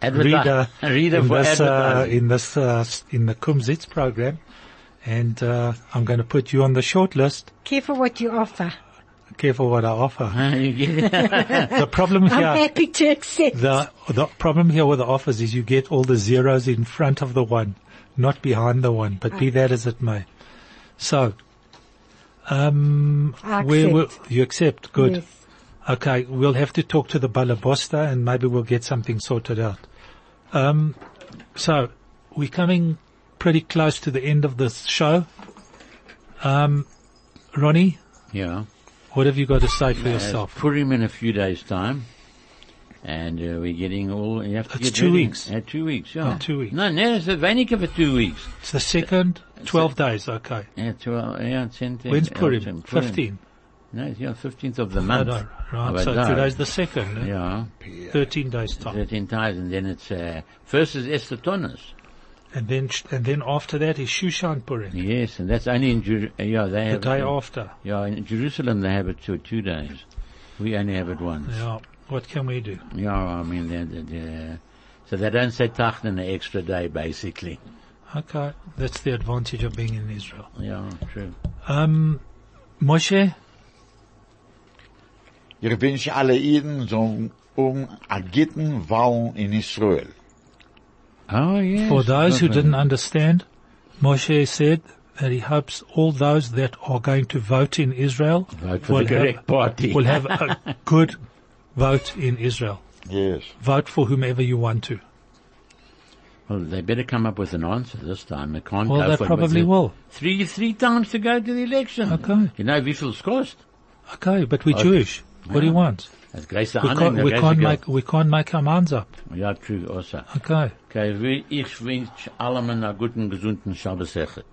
A: reader,
C: Adverti- a reader
A: in,
C: for
A: this, uh,
C: advertising.
A: in this uh, s- in the Kumsitz program, and uh, I'm going to put you on the short list.
D: Careful what you offer.
A: Careful what I offer. the problem
D: I'm
A: here.
D: happy to accept.
A: The the problem here with the offers is you get all the zeros in front of the one, not behind the one. But
D: Ah.
A: be that as it may, so um,
D: I
A: where were-
D: accept.
A: you accept? Good.
D: Yes.
A: Okay, we'll have to talk to the Balabosta and maybe we'll get something sorted out. Um, so we're coming pretty close to the end of this show. Um, Ronnie,
C: yeah.
A: what have you got to say for
C: Uh,
A: yourself?
C: Purim in a few days time. And uh, we're getting all, you have to
A: That's
C: get
A: two
C: ready.
A: weeks.
C: Uh, two weeks, yeah.
A: Oh, two weeks.
C: No, no, it's weniger for two weeks. uh,
A: It's the second twelve days. Okay,
C: Yeah, 12, yeah, 10,
A: when's
C: 11,
A: Purim? Fifteen.
C: No, it's on 15th of the month.
A: Right,
C: Of
A: right. So
C: Adar.
A: today's the second. eh?
C: Yeah.
A: 13 days time.
C: 13 times, and then it's, uh, first is Esther Tonnes.
A: And then, and then after that is Shushan Purim.
C: Yes, and that's only in, Jer- uh, yeah, they
A: The
C: have,
A: day after.
C: yeah, in Jerusalem they have it two, two days. We only have it once.
A: Yeah. What can we do?
C: Yeah, I mean, they, they, they, so they don't say Tachton an extra day, basically.
A: Okay. That's the advantage of being in Israel.
C: Yeah, true.
A: Um, Moshe,
B: Ich wünsche alle Iden so um a gitten Wahl in Israel.
C: Oh, yes.
A: for those who
C: lovely.
A: didn't understand, Moshe said that he hopes all those that are going to vote in Israel
C: Vote for the correct party.
A: will have a good vote in Israel.
B: Yes.
A: Vote for whomever you want to.
C: Well, they better come up with an answer this time. They can't
A: Well,
C: go
A: they
C: for it
A: probably
C: with the-
A: will.
C: Three, three times to go to the election.
A: Okay.
C: You know, Vishel's cost.
A: Okay, but we're Jewish. What do you want?
C: That's Grace
A: We can't, we can't make, we can't make our minds up.
C: Ja, true, also.
A: Okay.
C: Okay, we- ich wünsche allem einen guten, gesunden Schabbat-Sechet.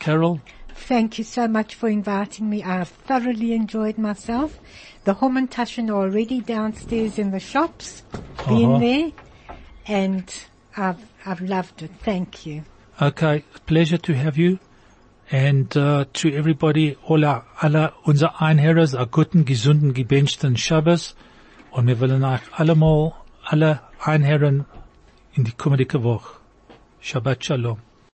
A: Carol,
D: Thank you so much for inviting me. I've thoroughly enjoyed myself. The Homantaschen are already downstairs in the shops, been
A: Uh-huh.
D: there, and I've, I've loved it. Thank you.
A: Okay, pleasure to have you. And uh, to everybody, alle, alle unsere Einherres, a guten, gesunden, gebenchten Shabbos. Und wir wollen euch allemal, alle Einherren in die kommende Woche. Shabbat Shalom.